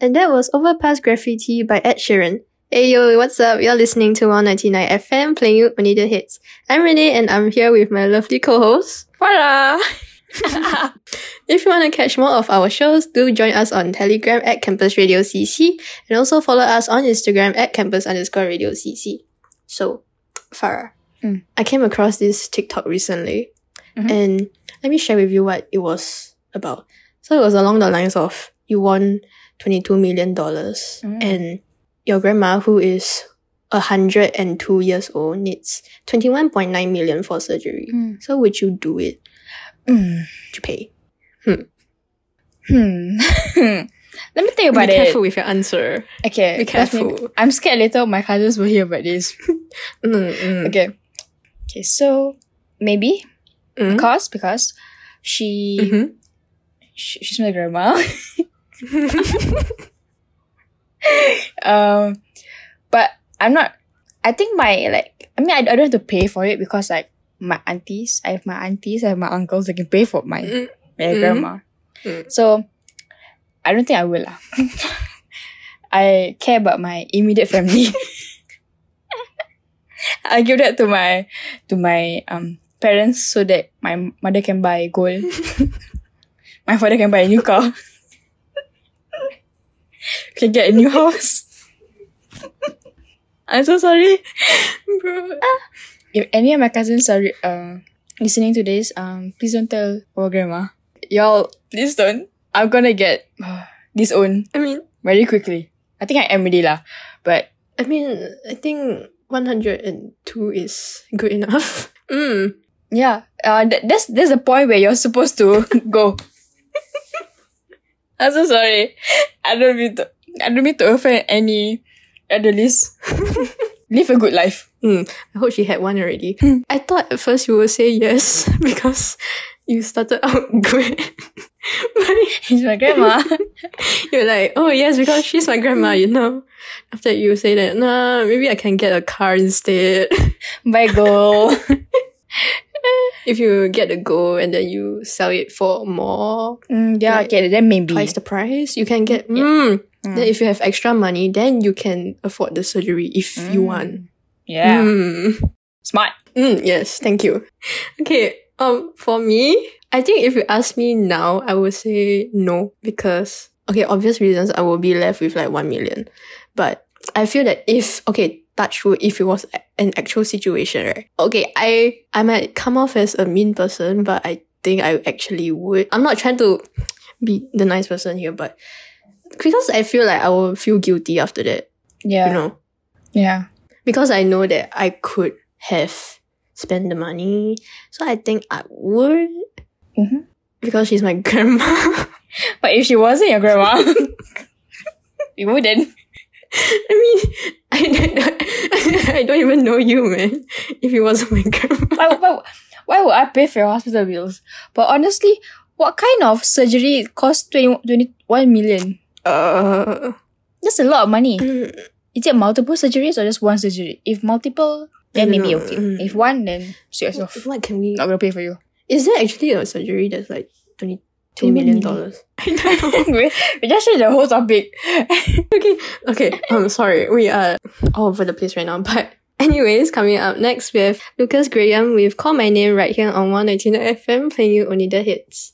And that was Overpass Graffiti by Ed Sheeran. Hey yo, what's up? You're listening to 199 FM playing you Only the Hits. I'm Renee and I'm here with my lovely co-host. Voila! If you want to catch more of our shows, do join us on Telegram at Campus Radio CC and also follow us on Instagram at Campus underscore Radio CC. So, Farah, Mm. I came across this TikTok recently Mhm. and let me share with you what it was about. So it was along the lines of you won $22 million Mm. and your grandma who is 102 years old needs 21.9 million for surgery. Mm. So would you do it Hmm. to pay? Hmm. Let me think about Be it. careful with your answer. Be Okay. let me- careful. Hmm. I'm scared later my cousins will hear about this. Okay. Okay, so maybe Mm. because because she, Mhm. she she's my grandma. um but I'm not I think my like I mean I, I don't have to pay for it because like my aunties, I have my aunties, I have my uncles that can pay for my Mm. my Mm. grandma. Mm. So I don't think I will. lah. I care about my immediate family. I give that to my to my um parents so that my mother can buy gold. my father can buy a new car. can get a new house. I'm so sorry. Bro. If any of my cousins are re- uh, listening to this, um, please don't tell our grandma. Y'all, please don't. I'm gonna get uh, disowned I mean, very quickly. I think I am already lah, but I mean, I think 102 is good enough. Mm. yeah, uh, th- that's that's the point where you're supposed to go. I'm so sorry. I don't mean to. I don't mean to offend any elderlies. Live a good life. Mm. I hope she had one already. I thought at first you would say yes because you started out great. but She's my grandma. you're like, oh yes, because she's my grandma, you know. After you say that, nah, maybe I can get a car instead. Bye, girl. if you get a gold and then you sell it for more Mm, yeah, Like, okay, then maybe. twice the price, you can get mm. Mm. Then if you have extra money, then you can afford the surgery if Mm. you want. Yeah. Mm. Smart. Mm, yes, thank you. Okay. Um, for me, I think if you ask me now, I would say no because okay, obvious reasons I will be left with like one million. But I feel that if okay, touch wood, if it was a- an actual situation, right? Okay, I I might come off as a mean person, but I think I actually would. I'm not trying to be the nice person here, but because I feel like I will feel guilty after that, Yeah. you know Yeah. because I know that I could have spent the money. So I think I would Mhm. because she's my grandma. But if she wasn't your grandma, you wouldn't. I mean, I, I don't even know you, man. If it wasn't my grandma, Why, why, why would I pay for your hospital bills? But honestly, what kind of surgery costs 20, 21 million? uh, That's a lot of money. mm, Is it multiple surgeries or just one surgery? If multiple, then I don't maybe know. okay. Mm. If one, then sue yourself. what can we? Not gonna pay for you. Is there actually a surgery that's like twenty two million dollars? I don't know. we, we just changed the whole topic. Okay, I'm sorry. We are all over the place right now. But anyways, coming up next we have Lucas Graham with Call My Name right here on 199 FM playing you only the hits.